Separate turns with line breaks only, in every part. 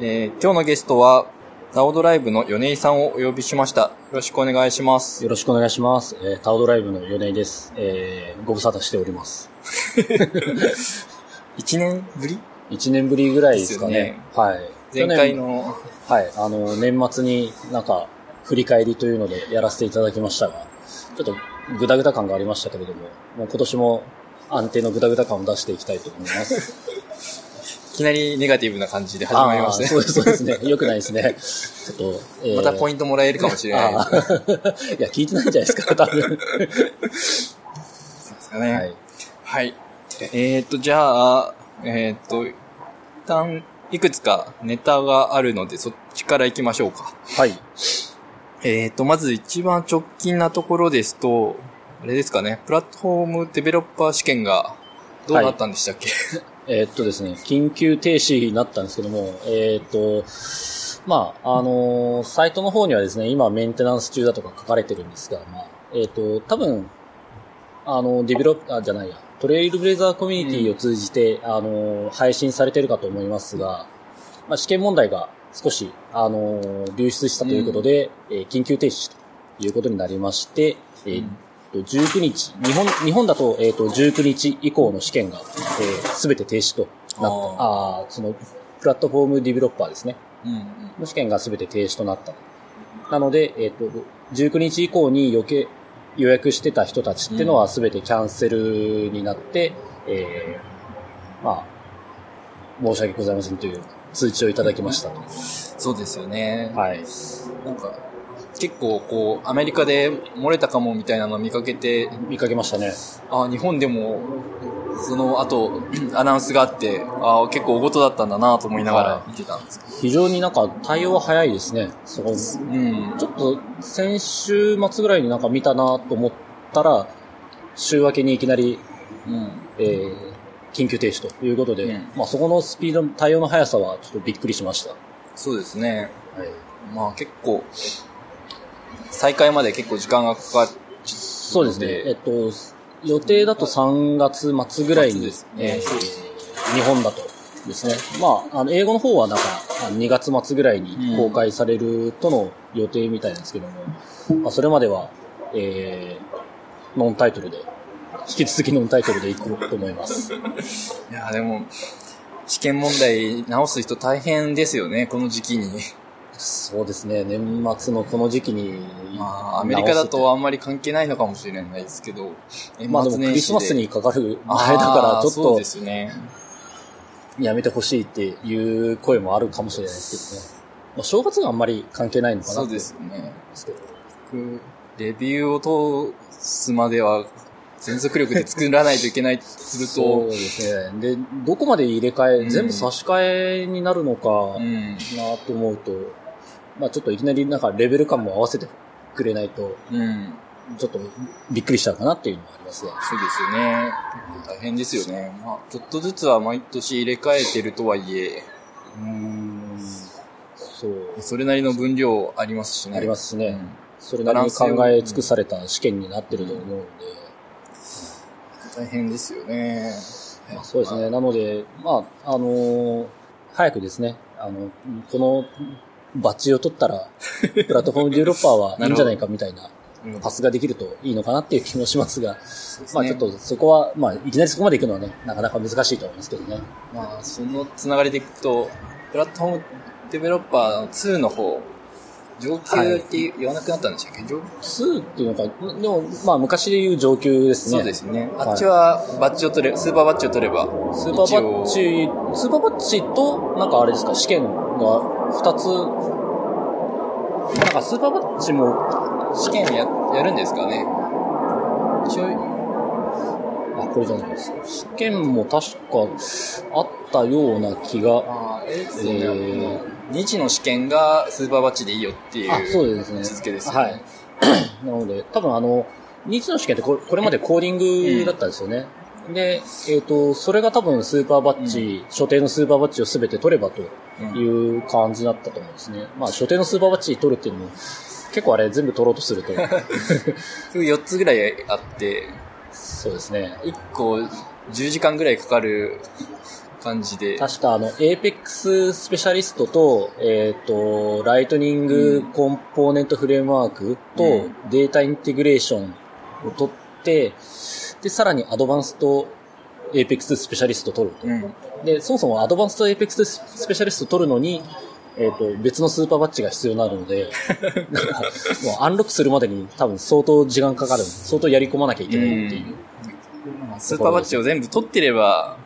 えー今日のゲストは、ナオドライブの米井さんをお呼びしました。よろしくお願いします。
よろしくお願いします。えータオドライブの米井です。えーご無沙汰しております。
1年ぶり
1年ぶりぐらいですかね。
ですよね前
はい。
回の、
去年。はい。あの、年末になんか、振り返りというのでやらせていただきましたが、ちょっとグダグダ感がありましたけれども、もう今年も安定のグダグダ感を出していきたいと思います。
いきなりネガティブな感じで 始まりま
あー
し
そう
た
です、そうですね。良くないですね。ちょっと、え
ね。
ー
またポイントもらえるかもしれない
あー いや、聞いてないんじゃないですか、多分。
ですかね。
は
はい
い。。
えー、っと、じゃあ、えー、っと、一旦、いくつかネタがあるので、そっちから行きましょうか。
はい。
えー、と、まず一番直近なところですと、あれですかね、プラットフォームデベロッパー試験がどうなったんでしたっけ、
えーっとですね、緊急停止になったんですけども、えーっと、まあ、あのーサイトの方にはですね、今メンテナンス中だとか書かれてるんですが、まあ、えーっと、多分、あの、ディベロッパーじゃないや、トレイルブレイザーコミュニティを通じて、あのー配信されてるかと思いますが、まあ、試験問題が少し、あのー流出したということで、えー緊急停止ということになりまして、えーえっと19日、日本、日本だと、えっ、と、19日以降の試験が、えすべて停止となっ
あ
た。ああー、その、プラットフォームディベロッパーですね。
うん、うん
の試験がすべて停止となった。なので、えっ、と、19日以降に余計予約してた人たちってのはすべてキャンセルになって、えーまあ、申し訳ございませんという通知をいただきましたと。
そうですよね。
はい。
なんか、結構こう、アメリカで漏れたかもみたいなの見かけて、
見かけましたね。
あ、日本でも、その後、 アナウンスがあって、あ結構大事だったんだなと思いながら見てたんですけど。
非常になんか対応は早いですね。そこ
うん。
ちょっと先週末ぐらいになんか見たなと思ったら、週明けにいきなり、
うん。
えー緊急停止ということで、
うん
まあそこのスピード、対応の速さはちょっとびっくりしました。は
そうですね。
い、
まあ結構、再開まで結構時間がかかっ
そうですね。えっと、予定だと3月末ぐらい
末
に、
です
え
ね
ー日本だとですね。まあ、あの英語の方はなんかあの2月末ぐらいに公開されるとの予定みたいなんですけども、まあ、それまでは、えーノンタイトルで、引き続きノンタイトルでいこうと思います。
いや、でも、試験問題直す人大変ですよね、この時期に。
そうですね。年末のこの時期に、
まあ、アメリカだとあんまり関係ないのかもしれないですけど、年
まあでもクリスマスにかかる前だから、ちょっ
そう
と
ですね。
やめてほしいっていう声もあるかもしれないですけどね。まあ、正月があんまり関係ないのかな
そ
っ
う
て思
で
い
すね。
ますけど。
僕レビューを通すまでは、全速力で作らないといけないとする
そう
と、
ですね。で、どこまで入れ替え、
うん
全部差し替えになるのか
うん。
なと思うと、まあちょっといきなりなんかレベル感も合わせてくれないと、
うん。
ちょっとびっくりしちゃうかなっていうのもありますね。
そうですよね。大変ですよね。まあ、ちょっとずつは毎年入れ替えてるとはいえ、
うん。そう。
それなりの分量ありますしね。
ありますし
う
ね。
ん
それなりに考え尽くされた試験になってると思うので、
大変ですよね。
まあそうですね。なので、まあ、あのー早くですね、あの、このバッジを取った ら、プラットフォームディベロッパーはいいんじゃないかみたいな
うん。
パスができるといいのかなっていう気もしますが、まあち
ね
ょっとそこは、まあいきなりそこまで行くのはね、なかなか難しいと思いますけどね。
まあ、そのつながりでいくと、プラットフォームデベロッパーの2の方、上級って言わなくなったんでしたっけ、上級
2っていうのか、でもまあ昔で言う上級ですね。
そうですね。
はい
あっちはバッジを取れ、スーパーバッジを取れば、
スーパーバ
一
ッ
応
ジ、スーパーバッジと、なんかあれですか、試験が2つ、なんかスーパーバッジも、
試験ややるんですかね。一応、
あ、これじゃないですか。試験も確かあったような気が、
ああ、えー、
えー
2次の試験がスーパーバッジでいいよっていう。
あ、そうですね。
位置づけですよね
はい。なので、多分あの、2次の試験ってこれこれまでコーディングだったんですよね。で、えっ、と、それが多分スーパーバッジ、所定のスーパーバッジを全て取ればと
うん
いう感じだったと思うんですね。まあ、所定のスーパーバッジ取るっていうのも、結構あれ全部取ろうとす ると、
4つぐらいあって、
そうですね。
1個10時間ぐらいかかる感じで。
確かあの、APEX スペシャリストと、えっ、と、ライトニングコンポーネントフレームワークと、
うん
データインテグレーションを取って、で、さらにアドバンスと APEX スペシャリスト取ると。
うん。
で、そもそもアドバンスと APEX スペシャリスト取るのに、えっ、と、別のスーパーバッジが必要になる ので、なんか、もうアンロックするまでに多分相当時間かかる。相当やり込まなきゃいけないっていう。
スーパーバッジを全部取ってれば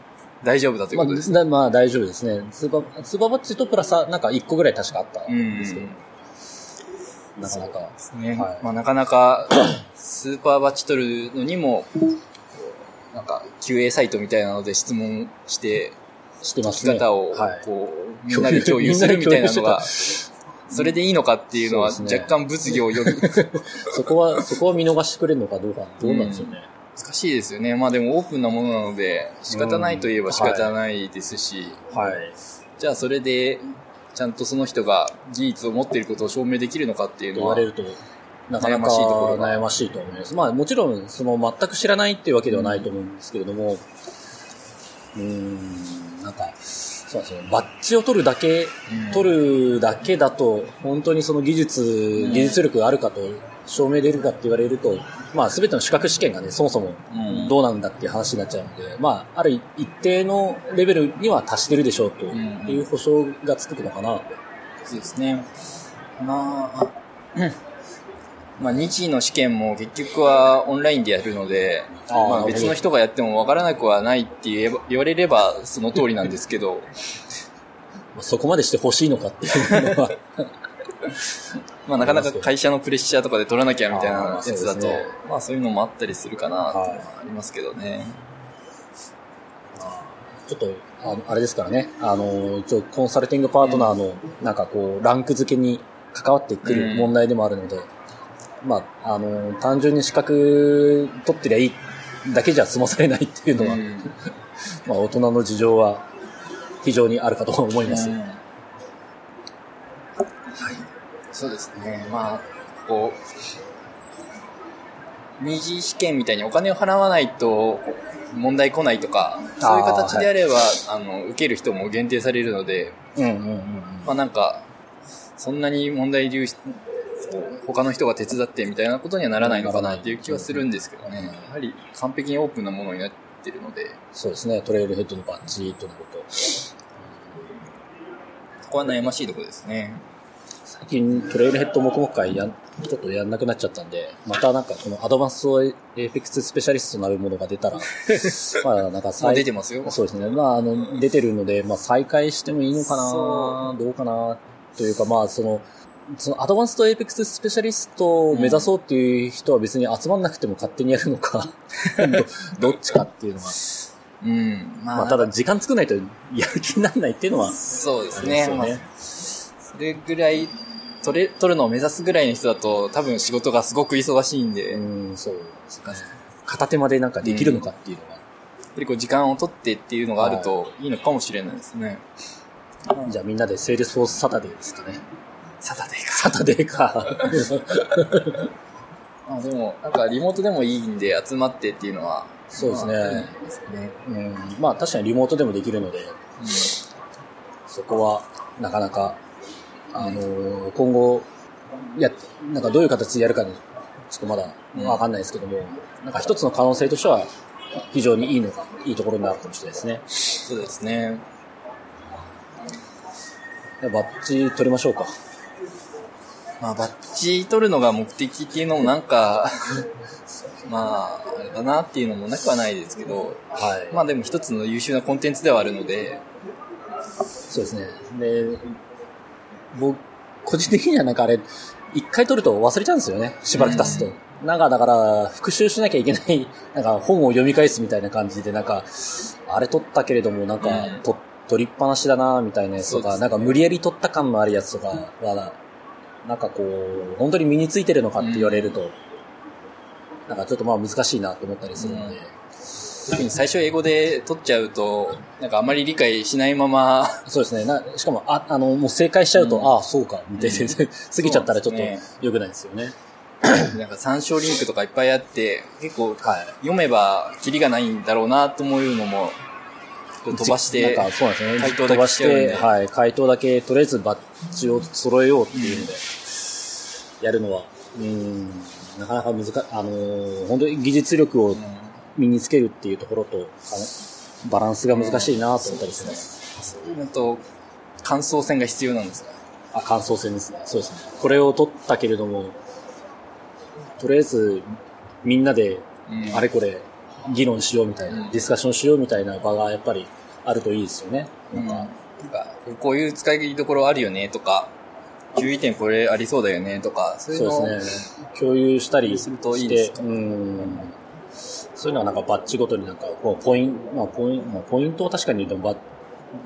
大丈夫だという
ま
こ
あ、
とです。
なまあ大丈夫ですね。スーパー、スーパーバッチとプラス、なんか1個ぐらい確かあったんですけど、なかなか。
ね
はい
まあ、なかなかスーパーバッチ取るのにも、なんか QA サイトみたいなので質問して、
してますね。
姿を
はい。
こう、みんなで共有するみたいなのが、それでいいのかっていうのは
そうです
若
ね
干物議を読む。
そこは、そこは見逃してくれるのかどうか、どうなんでしょうね。
難しいですよね。まあでもオープンなものなので、仕方ないといえば仕方ないですし、
はい。
じゃあそれで、ちゃんとその人が技術を持っていることを証明できるのかっていう
と
の
言わ
は
れ、ると、なかな
悩
か
ましいところが
悩ましいと思います。まあもちろん、その全く知らないっていうわけではないと思うんですけれども、うーん、なんか、そうですね、バッジを取るだけ、
うん
取るだけだと、本当にその技術、
ん
技術力があるかと、証明できるかって言われると、まあ全ての資格試験がね、そもそも
うん
どうなんだっていう話になっちゃうので、まあある一定のレベルには達してるでしょうと
ん
いう保証がつくのかなと。
そうですね。まあ、うんまあ、2次の試験も結局はオンラインでやるので、
あー
ま
なる
あ、
ほど
別の人がやってもわからなくはないって言えば言われればその通りなんですけ ど、
まあそこまでしてほしいのかっていうのは。
まあ、なかなか会社のプレッシャーとかで取らなきゃみたいなやつだ
あ
と、
ーそうですね
まあそういうのもあったりするかなっていうの
は
はありますけどね。
ちょっと、あのあれですからね、あの、一応コンサルティングパートナーの、なんかこう、ランク付けに関わってく
う
る
ん
問題でもあるので、まあ、あの、単純に資格取ってりゃいいだけじゃ済まされないっていうのは、
うん
まあ、大人の事情は非常にあるかと思います。
はい。そうですね。まあ、こう、二次試験みたいにお金を払わないと問題来ないとか、そういう形であれば、あ,、の、受ける人も限定されるので、
うんうんうんうん。
まあなんか、そんなに問題流出、他の人が手伝ってみたいなことにはならないのかなっていう気はするんですけどね。やはり完璧にオープンなものになってるので、
そうですね、トレイルヘッドのバッジとなると。
そこは悩ましいところですね。
最近トレイルヘッド黙々会やん、ちょっとやんなくなっちゃったんで、またなんかこのアドバンスをエエフェクススペシャリストなるものが出 たら、まあなんか
もう出
再
て、ますよ。
そうですね。まああの、出てるので、まあ再開してもいいのか
そ
などうかなというかまあその、そのアドバンスとエーペックススペシャリストを目指そうっていう人は別に集まんなくても勝手にやる のか、どどっちかっていうのは。
うん。
まあただ時間作んないとやる気にならないっていうのは、
そうです
あ
ね。
り
ま
ま
あ
す
そ
よね
れぐらい、取れ、取るのを目指すぐらいの人だと、多分仕事がすごく忙しいんで、や
う
っ
ん、そうですね。片手までなんかできるのかっていうのは。
ぱりこう時間を取ってっていうのがあるといいのかもしれないですね。
じゃあみんなでセールスフォースサタデーですかね。
サタデー
サタデーか。
か。あでも、なんかリモートでもいいんで集まってっていうのは、
そうですね
まあいいですね
うん、まあ確かにリモートでもできるので、そこはなかなか、あのー今後、や、なんかどういう形でやるかに、ちょっとまだ
うん
わかんないですけども、なんか一つの可能性としては、非常にいいのか、いいところになるかもしれないです
そうですね。
ね。バッチ取りましょうか。
まあ、バッジ取るのが目的っていうのもなんか、 まあ、あれかなっていうのもなくはないですけど、
はい。
まあでも一つの優秀なコンテンツではあるので、
そうですね。で、僕、個人的にはなんかあれ、一回撮ると忘れちゃうんですよね。しばらく経つと。なんかだから、復習しなきゃいけない、 なんか本を読み返すみたいな感じで、なんか、あれ撮ったけれども、なんか、
うん
と撮りっぱなしだな、みたいなやつと
そう
か、
ですね
なんか無理やり撮った感のあるやつとかはな、なんかこう、本当に身についてるのかって言われると、なんかちょっとまあ難しいなと思ったりするので、
うん特に最初英語で取っちゃうと、なんかあまり理解しないま ま、
そうですね。なしかも、あ、あの、もう正解しちゃうと、
うん
ああ、そうか、みたいな、過ぎちゃったらちょっ
そうです
と良くないですよね。
なんか参照リンクとかいっぱいあって、結構
はい。
読めばキリがないんだろうなと思うのもこう飛ばして、
なんかそうなんですよね。
回答だけ
飛ばし
しちゃうん
て、
で
はい、回答だけ、とりあえずバッジを揃えようっていうので、やるのは、うん、なかなか難か、あのー本当に技術力を身につけるっていうところと、あのバランスが難しいなと思ったりします。
うん、あと、感想戦が必要なんですか
あ、感想戦ですね。そうですね。これを取ったけれども、とりあえず、みんなで
うん、
あれこれ議論しようみたいな、
うん
ディスカッションしようみたいな場がやっぱりあるといいですよね。
うん、なんか、こういう使いどころあるよねとか、注意点これありそうだよねとか、そういうの
そ
を
うですね。共有したり
す
し
るといいで
て
す、
うん。そういうのはなんかバッジごとになんか、こうポイント、まあポイン、まあ、ポイントを確かにでもバッ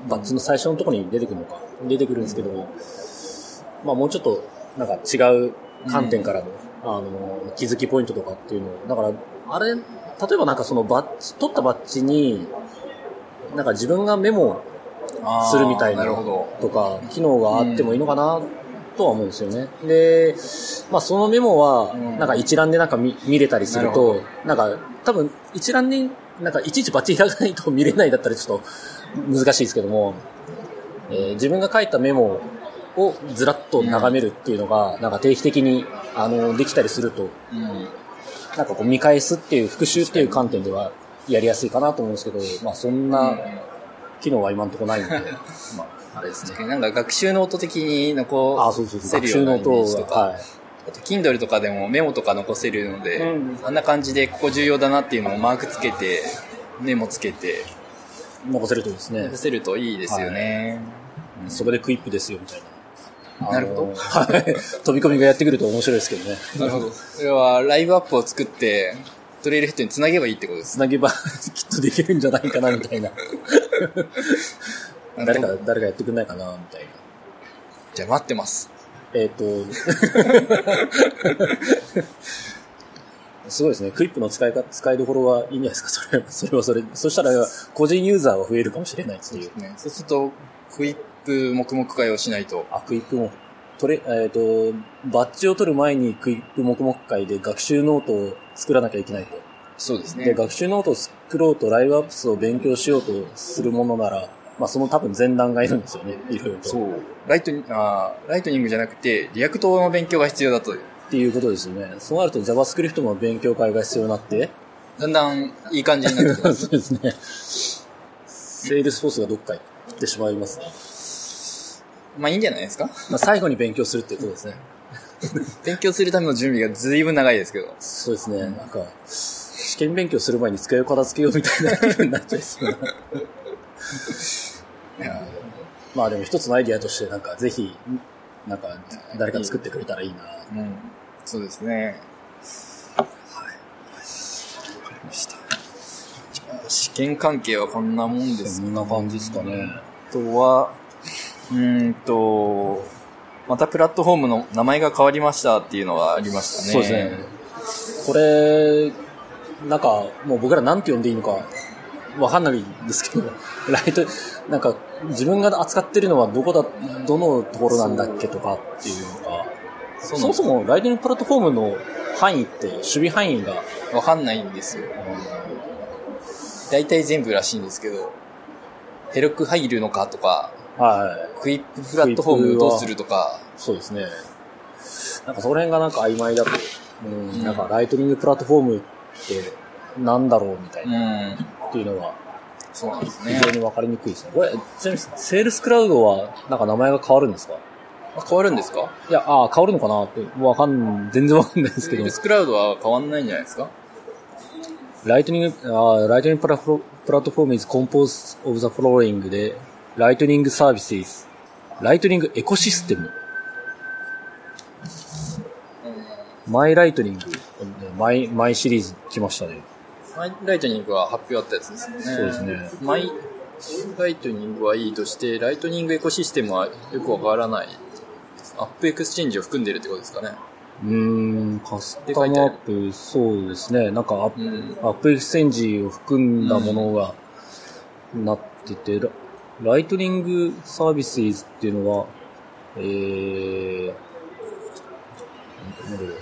バッジの最初のところに出てくるのか、出てくるんですけども、まあもうちょっとなんか違う観点からの、あの、気づきポイントとかっていうのを、だから、あれ、例えばなんかそのバッジ、取ったバッジに、なんか自分がメモ
あー
するみたいな
なるほど。
とか、機能があってもいいのかな、とは思うんですよね。で、まあそのメモは、
うん
なんか一覧でなんか見見れたりすると、なんか多分一覧になんかいちいちバッチ開かないと見れないだったらちょっと難しいですけども、えー自分が書いたメモをずらっと眺めるっていうのが、なんか定期的に、あの、できたりすると、
うん。
なんかこう見返すっていう復習っていう観点ではやりやすいかなと思うんですけど、まあそんな機能は今んとこないん で、まああれですね
確。かになんか学習ノート的に残
あ、そうそうそう。
せ
学
るよ
習
うなイ
の
メージ
音
と
が、
か、
はい。
あと Kindle とかでもメモとか残せるので、
うん
あんな感じでここ重要だなっていうのをマークつけて、メモつけて、
残せるとですね
出、せるといいですよね。
そこでクイップですよ、みたいな。
なるほど
あのはい。飛び込みがやってくると面白いですけどね。
なるほど。それはライブアップを作って、トレイルヘッドにつなげばいいってことです
つなげば 、きっとできるんじゃないかな、みたいな。
ね。
誰か、誰かやってくんないかな、みたいな。
じゃあ待ってます。
えっ、と、 すごいですね。クイップの使いか、使いどころはいいんじゃないですか、それは。それはそれ。そしたら、個人ユーザーは増えるかもしれないっていう。
ね、そうすると、クイップ黙々会をしないと。
あ、クイップも、取れ、えっ、と、バッジを取る前にクイップ黙々会で学習ノートを作らなきゃいけないと。
そうです
で、学習ノートを作ろうと、ライブアップスを勉強しようとするものなら、まあ、その多分前段がいるんですよね、いろいろと。
そう。ライトニあーライトニングじゃなくて、リアクトの勉強が必要だという。
っていうことですよね。そうなると JavaScript の勉強会が必要になって、
だんだんいい感じになってき ます。
そうですね。セールスフォースがどっか行ってしまいますね。
まあいいんじゃないですか
まあ、最後に勉強するっていうことですね。
勉強するための準備がずいぶん長いですけど。
そうですね。なんか、試験勉強する前に机を片付けようみたいな気分になっちゃい そうな。
いや
まあでも一つのアイディアとして、なんかぜひ、なんか誰か作ってくれたらいいな。
うん。そうですね。はい。わかりました。じゃあ試験関係はこんなもんです
んな感じですかね。
あとは、うーんと、またプラットフォームの名前が変わりましたっていうのはありましたね。
そうですね。これ、なんか、もう僕らなんて呼んでいいのか、わかんないんですけど、 ライト、なんか、自分が扱ってるのはどこだ、どのところなんだっけとかっていうのが、
そ
そ
な
う
ん
も
です
そもライトニングプラットフォームの範囲って、守備範囲が、
わかんないんですよ。大体全部らしいんですけど、ヘロク入るのかとか、
はい、
クイッププラットフォームどうするとか、、
そうですね。なんかその辺がなんか曖昧だと、うん、なんかライトニングプラットフォームってなんだろうみたいうなんっていうのが、
そうなんです
非
ね。
常に分かりにくいですね。これ、ちなみに、セールスクラウドは、なんか名前が変わるんですか
あ変わるんですか
いや、ああ、変わるのかなって、わかん、全然わかんないです
セ
け
ー
ど
ル、スクラウドは変わんないんじゃないですか
ライトニング、ああ、ライトニングプラフォプラットフォーム is composed of the following で、ライトニングサービス s ライトニングエコシステム、マイライトニング、マイ、マイシリーズ来ましたね。
マイライトニングは発表あったやつですよね。
そうですね
マイライトニングはいいとして、ライトニングエコシステムはよくわからない。アップエクスチェンジを含んでるってことですかね。
うーん、カスタムアップ、そうですね。なんかアップ、
うん
アップエクスチェンジを含んだものが、なってて、ラライトニングサービスっていうのは、えー、なんだろう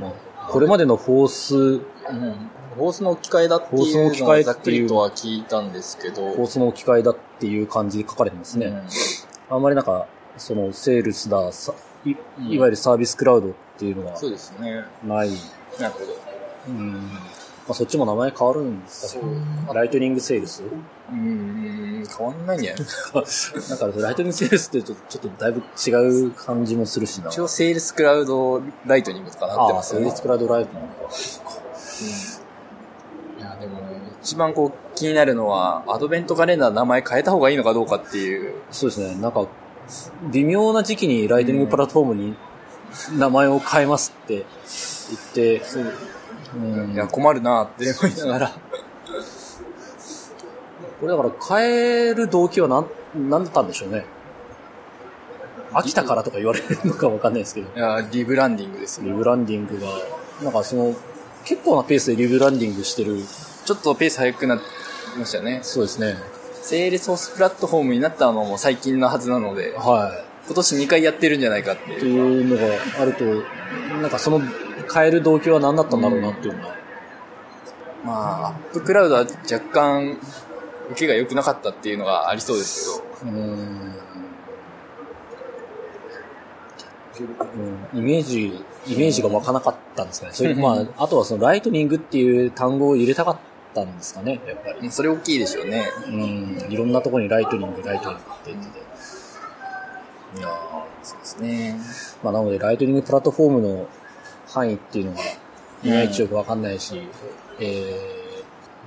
まあ、これまでのフォース、
うん、ホースの置き換えだっていう
ホースの置き換えっていう
のはざっくりとは聞いたんですけど、
フォースの置き換えだっていう感じで書かれてますね。
うん
あんまりなんか、その、セールスだ、さい
ん
いわゆるサービスクラウドっていうのは
そうですね。
ない。
なるほど。
うん。まあ、そっちも名前変わるんですか
う。
ライトニングセールス
うん、変わんないんじゃないですか。
だから、ライトニングセールスって言うと、ちょっとだいぶ違う感じもするしな。
一応、セールスクラウドライトニングとかなって
あ
ま
あ、
す
セ
よ
ー
ね
ル。スクラウドライトニングか。
いや、でも、一番こう、気になるのは、アドベントカレンダーの名前変えた方がいいのかどうかっていう。
そうですね。なんか、微妙な時期にライトニングプラットフォームに名前を変えますって言って、うん
いや、困るなって思いながら。
これだから変える動機はなん、なんだったんでしょうね。飽きたからとか言われるのかわかんないですけど。
いや、リブランディングですよ。
リブランディングが、なんかその、結構なペースでリブランディングしてる。
ちょっとペース早くなりましたよね。
そうですね。
セールスホースプラットフォームになったのも最近のはずなので、
は
今年2回やってるんじゃないかって
い。
い
と
う。
いうのがあると、なんかその変える動機は何だったんだろうなっていうのは。
まあ、アップクラウドは若干、受けが良くなかったっていうのがありそうですけど。
うーんうんイメージ、イメージが湧かなかったんですかね。それ
うん
まあ、あとはそのライトニングっていう単語を入れたかったんですかね、やっぱ
う
り。
んそれ大きいでしょうね。
うん、いろんなところにライトニング、ライトニングって言ってて。
いやそうですね。
まあ、なので、ライトニングプラットフォームの範囲っていうのが、いまいちよくわかんないし、え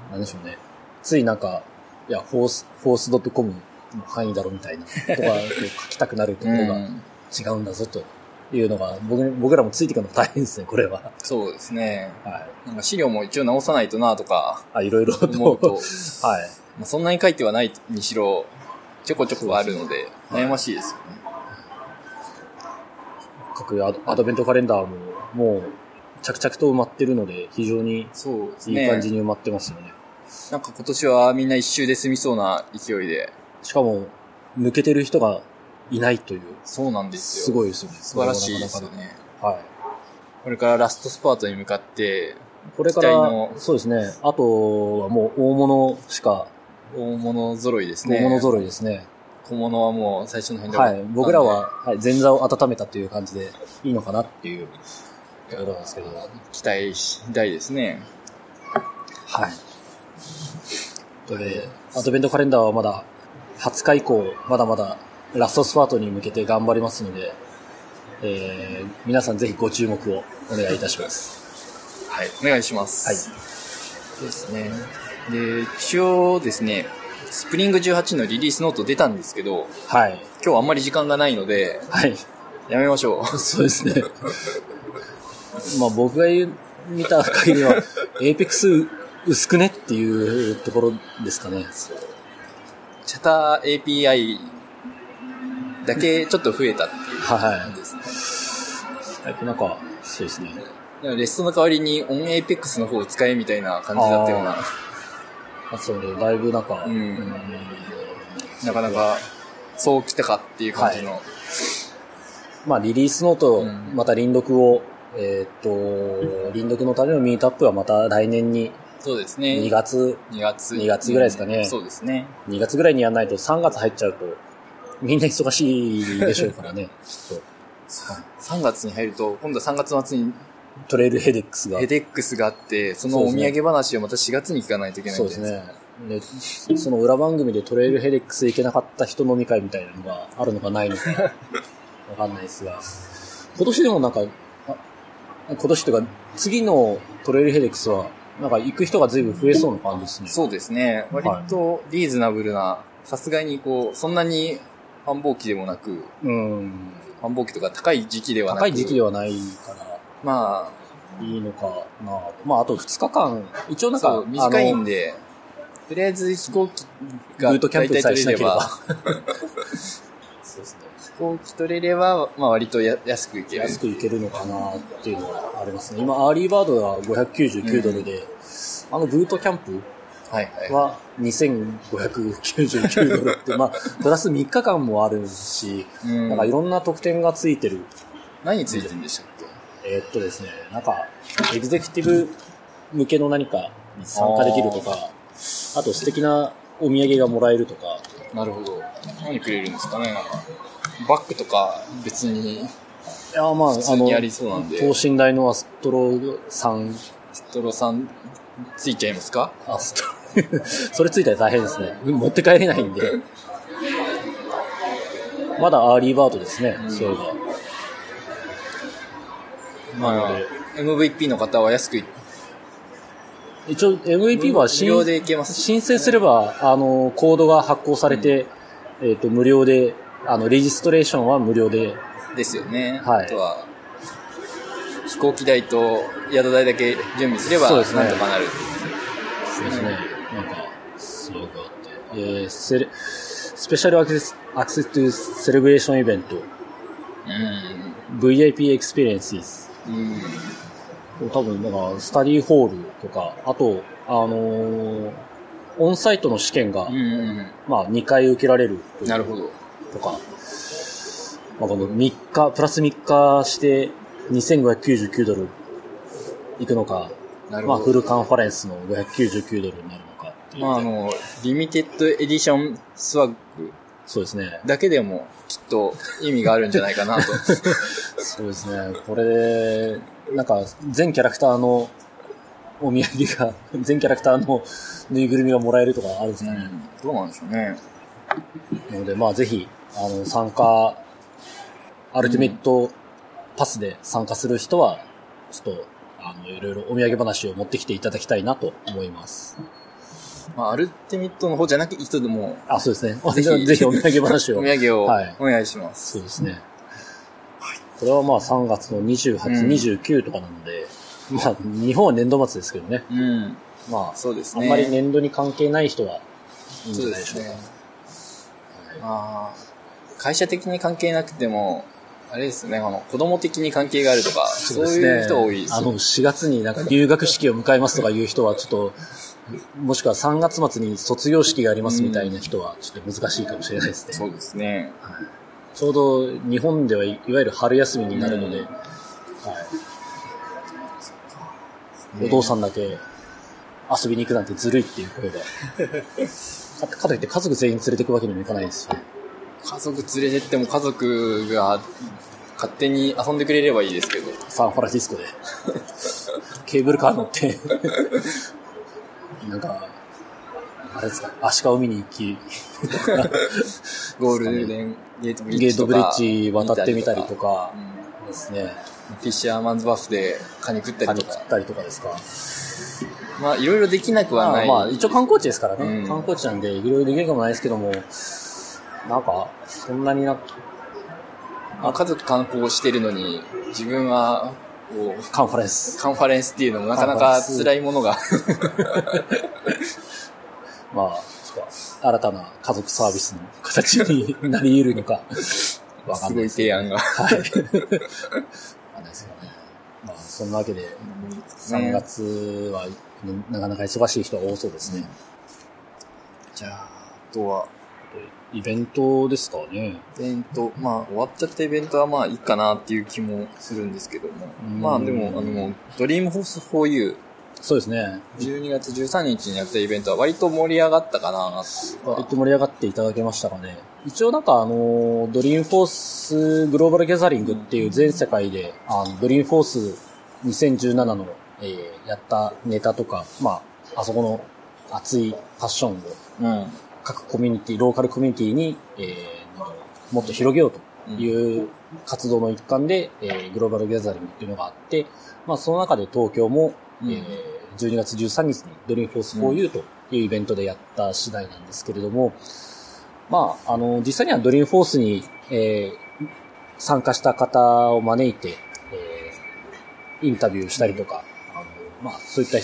ー、なんでしょうね。ついなんか、いや、フォース、フォースドットコムの範囲だろみたいな、とか、こう 書きたくなるところが、
うん
違うんだぞというのが、僕僕らもついていくのが大変ですね、これは。
そうですね。
はい。
なんか資料も一応直さないとなとか
あ、いろいろと。、
思うと
はい。
まあそんなに書いてはないにしろ、ちょこちょこはあるので、悩ましいですよね。
各アドアドベントカレンダーも、もう、着々と埋まってるので、非常に
そうです
い
ね。
い感じに埋まってますよね。
なんか今年はみんな一周で済みそうな勢いで。
しかも、抜けてる人がいないという、
そうなんですよ。
すごいですよね。
素晴らしいですよ
これはなか
ね。
なかはい。
これからラストスパートに向かって、
これから
期待の、
そうですね。あとはもう大物しか、
大物揃いですね。
大物揃いですね。
小物はもう最初の辺で終わ
は
った
い。
んで
僕らは、はい、前座を温めたという感じでいいのかなっていうところなんですけど。
期待したいですね。
はい。ということで、アドベントカレンダーはまだ20日以降、まだまだラストスパートに向けて頑張りますので、えー、皆さんぜひご注目をお願いいたします。
はい。お願いします。
はい。
そうですね。で、一応ですね、スプリング18のリリースノート出たんですけど、
はい。
今日あんまり時間がないので、
はい。
やめましょ
そうですね。まあ僕が言う見た限 りは、エーペックス薄くねっていうところですかね。
う。チャター API だけちょっと増えたっていう
は
感じですね。
い。なんか、そうですね。
だからレストの代わりにオン APEX の方を使えみたいな感じだったような、
あそうね、だいぶなんか、
うん
ん
なかなか、そうきたかっていう感じの。
まあ、リリースノート、
うん
また輪読を、えーっと、輪読のためのミートアップはまた来年に、
そうですね。
2月、
2月。
2月ぐらいですかね
うんそうですね。
2月ぐらいにやらないと3月入っちゃうと、みんな忙しいでしょうか らね、きっと。
3月に入ると、今度は3月の末に
トレイルヘデックスが
ヘ。デックスがあって、その
そう
お
です
土
ね
産話をまた4月に聞かないといけないん
そうですね。で、その裏番組でトレイルヘデックス行けなかった人飲み会みたいなのがあるのかな いのか、わかんないですが、今年でもなんか、あ今年というか、次のトレイルヘデックスは、なんか行く人が随分増えそうな感じですね。
そうですね。割とリーズナブルな、さすがにこう、そんなに繁忙期でもなく、
うん。
繁忙期とか高い時期ではなく。
高い時期ではないから、
ま
いいのかなまあ、あと2日間、一応
あ、
なん
そ
か
う、、短いん
で、
で、とりあえず飛行機
ブ
が
ートキャンプさえしなければ。
大体取れ
そうですね。
飛行機取れれば、まあ割とや安く行ける。
安くいけるのかなっていうのはありますね。今、アーリーバードが599ドルで、あのブートキャンプ
はいはい。
は2599ドルって、まあ、プラス3日間もあるし、
うん
なんかいろんな特典がついてる。
何ついてるんでしたっけ
えーっとですね、なんか、エグゼクティブ向けの何かに参加できるとか、あと素敵なお土産がもらえるとか、
なるほど。何くれるんですかね、なんか。バッグとか別に、
いや、まあ、
普通にやりそうなんで
あの等身大のアストロさん、
ストロさんついちゃいますか
アストロ、 それついたら大変ですね。持って帰れないんで。まだアーリーバードですね、
うん
そういえば。
まあ、MVP の方は安くい
一応 MVP は
無
申
料でいけます。
申請すれば、あの、コードが発行されて、えっ、と、無料で、あの、レジストレーションは無料で、
ですよね。
はい
あとは、飛行機代と宿代だけ準備すれば、
そう
なん
ですね
とかなる。
そうですね。なんか、すごくあって。えー、セレ、スペシャルアクセス、アクセストゥセレブレーションイベント、VIP エクスペリエンシー
う
ズ。
ん。うん。
多分、だから、スタディホールとか、あと、あのーオンサイトの試験が、
うん、
まあ、2回受けられる
うん。なるほど。
とか、まあ、この3日、プラス3日して2599ドルいくのか、
なる
まあ、
ほ
フ
ど。
ルカンファレンスの599ドルになるのかっていう
まあ、あの、リミテッドエディションスワッグ
そうですね。
だけでもきっと意味があるんじゃないか なと。
そうですね。これで、なんか、全キャラクターのお土産が、全キャラクターのぬいぐるみがもらえるとかあるんです
う
かね。
ん。どうなんでしょうね。
なので、まあ、ぜひ、あの、参加、アルティメットパスで参加する人は、ちょっと、あの、いろいろお土産話を持ってきていただきたいなと思います。
まあ、アルティミットの方じゃなく人でも、
あ、そうですね。
ぜ
ぜ
ひ
ひ、ぜひお土産話
お
を。
土産を
はい
お願いします。
そうですね。これはまあ3月の28、
うん
29とかなので、まあ日本は年度末ですけどね。
うん。
まあ、
そうです
あ
ね。
んまり年度に関係ない人はいいんじ
そ
ゃ
う
な
で
いでし
す
ょう
ね
か。。
まあ、会社的に関係なくても、あれですね、あの、子供的に関係があるとか、そう
ですね
いう人多いです
あ
よ
の、4月になんか入学式を迎えますとかいう人はちょっと、もしくは3月末に卒業式がありますみたいな人はちょっと難しいかもしれないですね。
そうですね。
ちょうど日本ではいいわゆる春休みになるので、
うん
はい、お父さんだけ遊びに行くなんてずるいっていう声が。かかといって家族全員連れてくわけにもいかないですし、
家族連れてっても家族が勝手に遊んでくれればいいですけど。
サンフランシスコで。ケーブルカー乗って、なんか、あれですか、アシカを見に行き、
ゴールデンゲートブリ
ゲ
ッ
ー
ジ
ト
と
ブ
か。
リッジ渡ってみたりと
か。
か
う、ん
ですね、
フィッシャーマンズバフでカニ食った
カ
り
ニ
と
食
か
っ。たりとかですか。
まあ、いろいろできなくは
ま
な
あ、
い。
まあ、一応観光地ですからね。
うん
観光地なんで、いろいろできるかもないですけども、なんか、そんなにな、
まあ家族観光してるのに、自分は、こう、
カンファレンス。
カンファレンスっていうのもなかなか辛いものが。
まあ、ちょっと新たな家族サービスの形になり得るのか、わ
す
かんな
ご
い
い
ですけ
提案が。
ど。はい。わかんないですけどね。まあ、そんなわけで、3月は、なかなか忙しい人が多そうですね。
じゃあ、あとは、
イベントですかね。
イベント、まあ、終わっちゃったイベントはまあいいかなっていう気もするんですけども。
ん
まあでも、あの、ドリームホース 4U、
そうですね。
12月13日にやったイベントは割と盛り上がったかな
割と盛り上がっていただけましたかね。一応なんかあの、ドリームフォースグローバルギャザリングっていう全世界で、あの、ドリームフォース2017の、えーやったネタとか、まあ、あそこの熱いパッションを
うん。
各コミュニティ、ローカルコミュニティに、えーもっと広げようという活動の一環で、えーグローバルギャザリングっていうのがあって、まあその中で東京も、
うん
えー12月13日にドリームフォース 4U というイベントでやった次第なんですけれども、まあ、あの、実際にはドリームフォースに、えー参加した方を招いて、えーインタビューしたりとか、あのまあ、そういった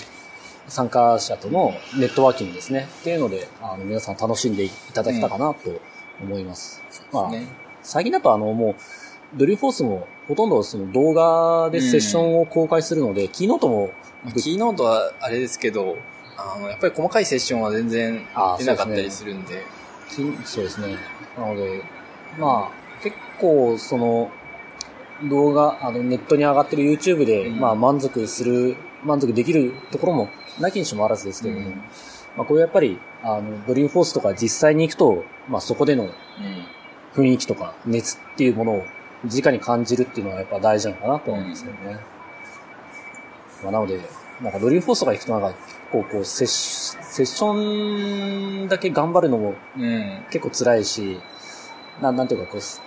参加者とのネットワーキングですね。っていうので、あの、皆さん楽しんでいただけたかなと思います。まあ、
ね。
最近だとあの、もう、ドリームフォースもほとんどその動画でセッションを公開するので、キーノートも、
まあ、キーノートはあれですけど、あの、やっぱり細かいセッションは全然
あー
出なかったりするんで。
きそうですね。なので、まあ、結構、その、動画、あの、ネットに上がってる YouTube で、
うん
まあ、満足する、満足できるところも、なきにしもあらずですけれども、
うん
まあ、これやっぱり、あの、ドリームフォースとか実際に行くと、まあ、そこでの雰囲気とか、熱っていうものを、直に感じるっていうのはやっぱ大事なのかなと思うんですよね。まあ、なので、なんかドリームフォースとか行くとなんか、こう、こう、セッシセッションだけ頑張るのも
うん。うん。
結構辛いし、ななんていうかこうす、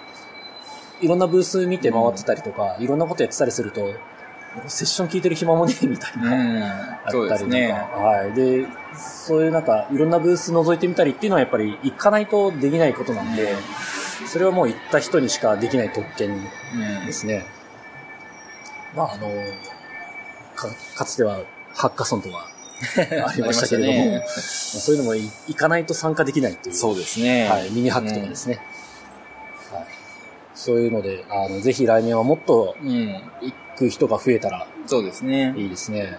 いろんなブース見て回ってたりとか、いろんなことやってたりすると、セッション聞いてる暇もねえみたいな。
うん。
あった
そうで
りと
す
か、
ね。
はい。で、そういうなんか、いろんなブース覗いてみたりっていうのはやっぱり行かないとできないことなんで、それはもう行った人にしかできない特権
うん
ですね。まあ、あの、か、かつては、ハッカソンとかありましたけれど も、
ありま
そういうのもい行かないと参加できないっていう。
そうですね。
はい、ミニハックとかですね。はい、そういうので、あの、ぜひ来年はもっと
うん。
行く人が増えたら
そうですね。
いいですね。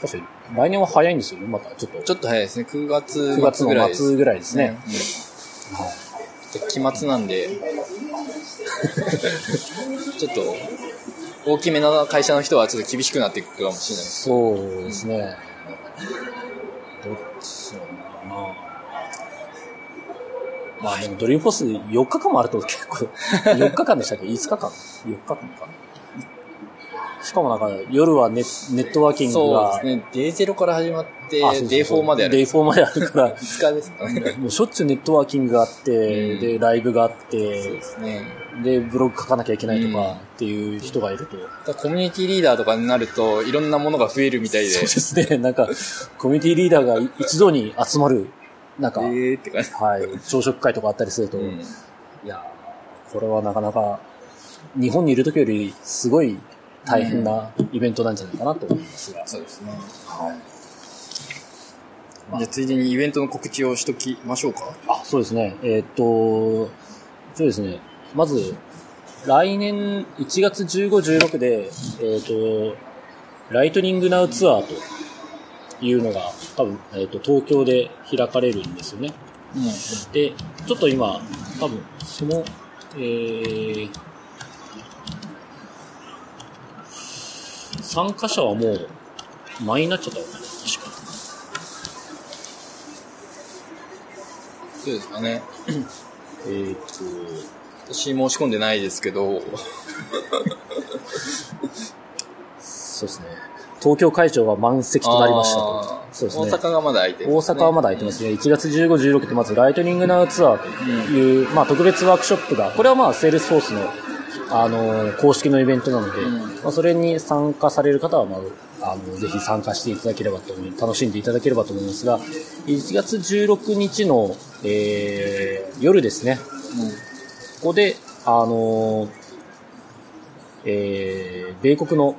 確かに、来年は早いんですよね、また。ちょっと、
ちょっと早いですね。9月
9月
ぐらい
の
で
末
す
ぐらいですね。。
うん
はい
で期末なん で、ちょっと、大きめな会社の人はちょっと厳しくなっていくかもしれないです。
そうですね。どっちなのかな。まあ、でもドリームフォース4日間もあると結構、4 日間でしたっけ ?5 日間 ?4 日間か。しかもなんか夜はネネットワーキングが、
そうですね。デイゼロから始まって、
あそうそうそう
デイフォーまであ
デイ
る。
4まであるから、
5日ですかね。
もうしょっちゅうネットワーキングがあって、
うん
で、ライブがあっ
そう
て
で、すね。
で、ブログ書かなきゃいけないと
うん
かっていう人がいると。
だからコミュニティリーダーとかになると、いろんなものが増えるみたいで、
そうですね。なんか、コミュニティリーダーが一度に集まる、なんか、
えーって感じ。
はい、朝食会とかあったりすると、
うん
いやー、これはなかなか、日本にいる時よりすごい大変なイベントなんじゃないかなと思いますが。
そうですね。
はい。
じゃあ、ついでにイベントの告知をしときましょうか。
あ、そうですね。えーっと、そうですね。まず、来年1月15、16で、えーっと、ライトニングナウツアーというのが、多分、えーっと、東京で開かれるんですよね。
うん。
で、ちょっと今、多分、その、えー、参加者はもう、前になっちゃったのかな、確か。
そうですかね。
えーっと、
私申し込んでないですけど、
そうですね。東京会場は満席となりましたと
あ。ー
そうですね。
大阪がまだ空いてるん
大
ですね、
阪はまだ空いてますね。1月15、16ってまずライトニングナウツアーという、まあ特別ワークショップが、これはまあセールスフォースの、あのー、公式のイベントなので、
うん
まあそれに参加される方は、まあ、あの、ぜひ参加していただければと思い、楽しんでいただければと思いますが、1月16日の、えー、夜ですね。ここで、あのーえー米国の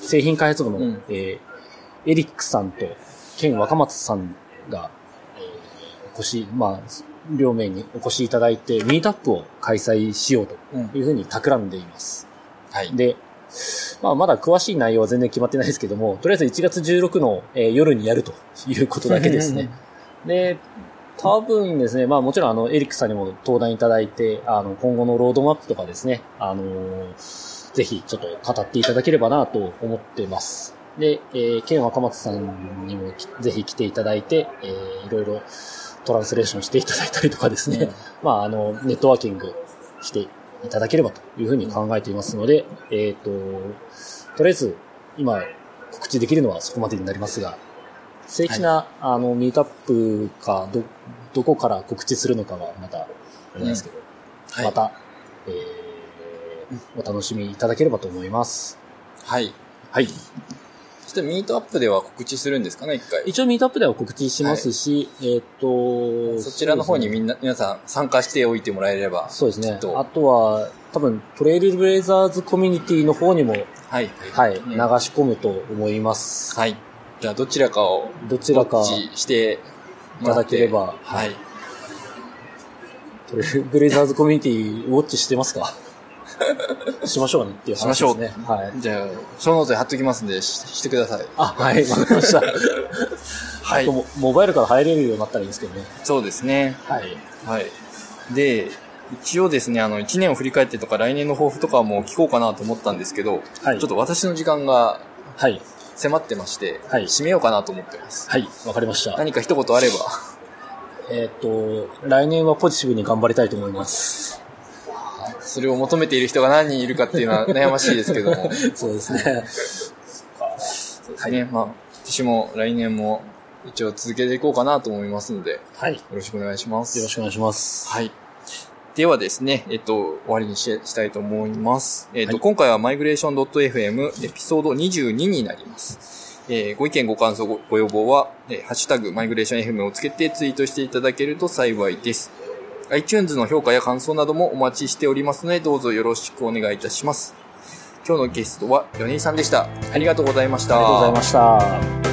製品開発部の、
うん
えーエリックさんと、ケン若松さんが、えーお越し、まあ、両名にお越しいただいて、ミートアップを開催しようと
うん。うん
いうふうに企んでいます。
はい。
で、まあ、まだ詳しい内容は全然決まってないですけども、とりあえず1月16の、えー夜にやるということだけです ね。で、多分ですね、まあもちろんあの、エリックさんにも登壇いただいて、あの、今後のロードマップとかですね、あのーぜひちょっと語っていただければなと思ってます。で、えー、ケン若松さんにもきぜひ来ていただいて、えーいろいろトランスレーションしていただいたりとかですね、
うん
まああの、ネットワーキングしていただければというふうに考えていますので、えっ、と、とりあえず今告知できるのはそこまでになりますが、正規な、あの、ミートアップか、ど、どこから告知するのかはまた、あれなんですけど、
はい、
また、えー、お楽しみいただければと思います。
はい。
はい。
そしてミートアップでは告知するんですかね、一回。
一応ミートアップでは告知しますし、えっ、と、
そちらの方に
そうで
み
すね
んな、皆さん参加しておいてもらえれば。
そうです
き
ね
っ。と
あとは、多分、トレイルブレイザーズコミュニティの方にも、
はい。
はい、
うん
流し込むと思います。
はい。じゃあ、どちらかを、
どちらか、
告知してもらって、
いただければ
はい。
トレイルブレイザーズコミュニティ、ウォッチしてま すかしましょうねっていう話ですね。
し
はい。
じゃあ、小ノートに貼っときますんで、ししてください。
あ、はい、わかりました。
は
あとモモバイルから入れるようになったらいいんですけどね。
そうですね。
はい。
はい。で、一応ですね、あの、1年を振り返ってとか、来年の抱負とかはもう聞こうかなと思ったんですけど、
はい
ちょっと私の時間が
はい。
迫ってまして、
はい
締めようかなと思ってます。
はい。わかりました。
何か一言あれば、
えっ、と、来年はポジティブに頑張りたいと思います。
それを求めている人が何人いるかっていうのは悩ましいですけども、
そうですね。
はい、ね、まあ、私も来年も一応続けていこうかなと思いますので、よ
はい。よ
ろしくお願いします。
ろしくお願いします。
はい。ではですね、えっと、終わりにししたいと思います。えっと、
はい
今回は migration.fm エピソード22になります。えーご意見、ご感想、ごご要望は、えーハッシュタグ migrationfm をつけてツイートしていただけると幸いです。iTunes の評価や感想などもお待ちしておりますので、どうぞよろしくお願いいたします。今日のゲストは、ヨネイさんでした。ありがとうございました。
ありがとうございました。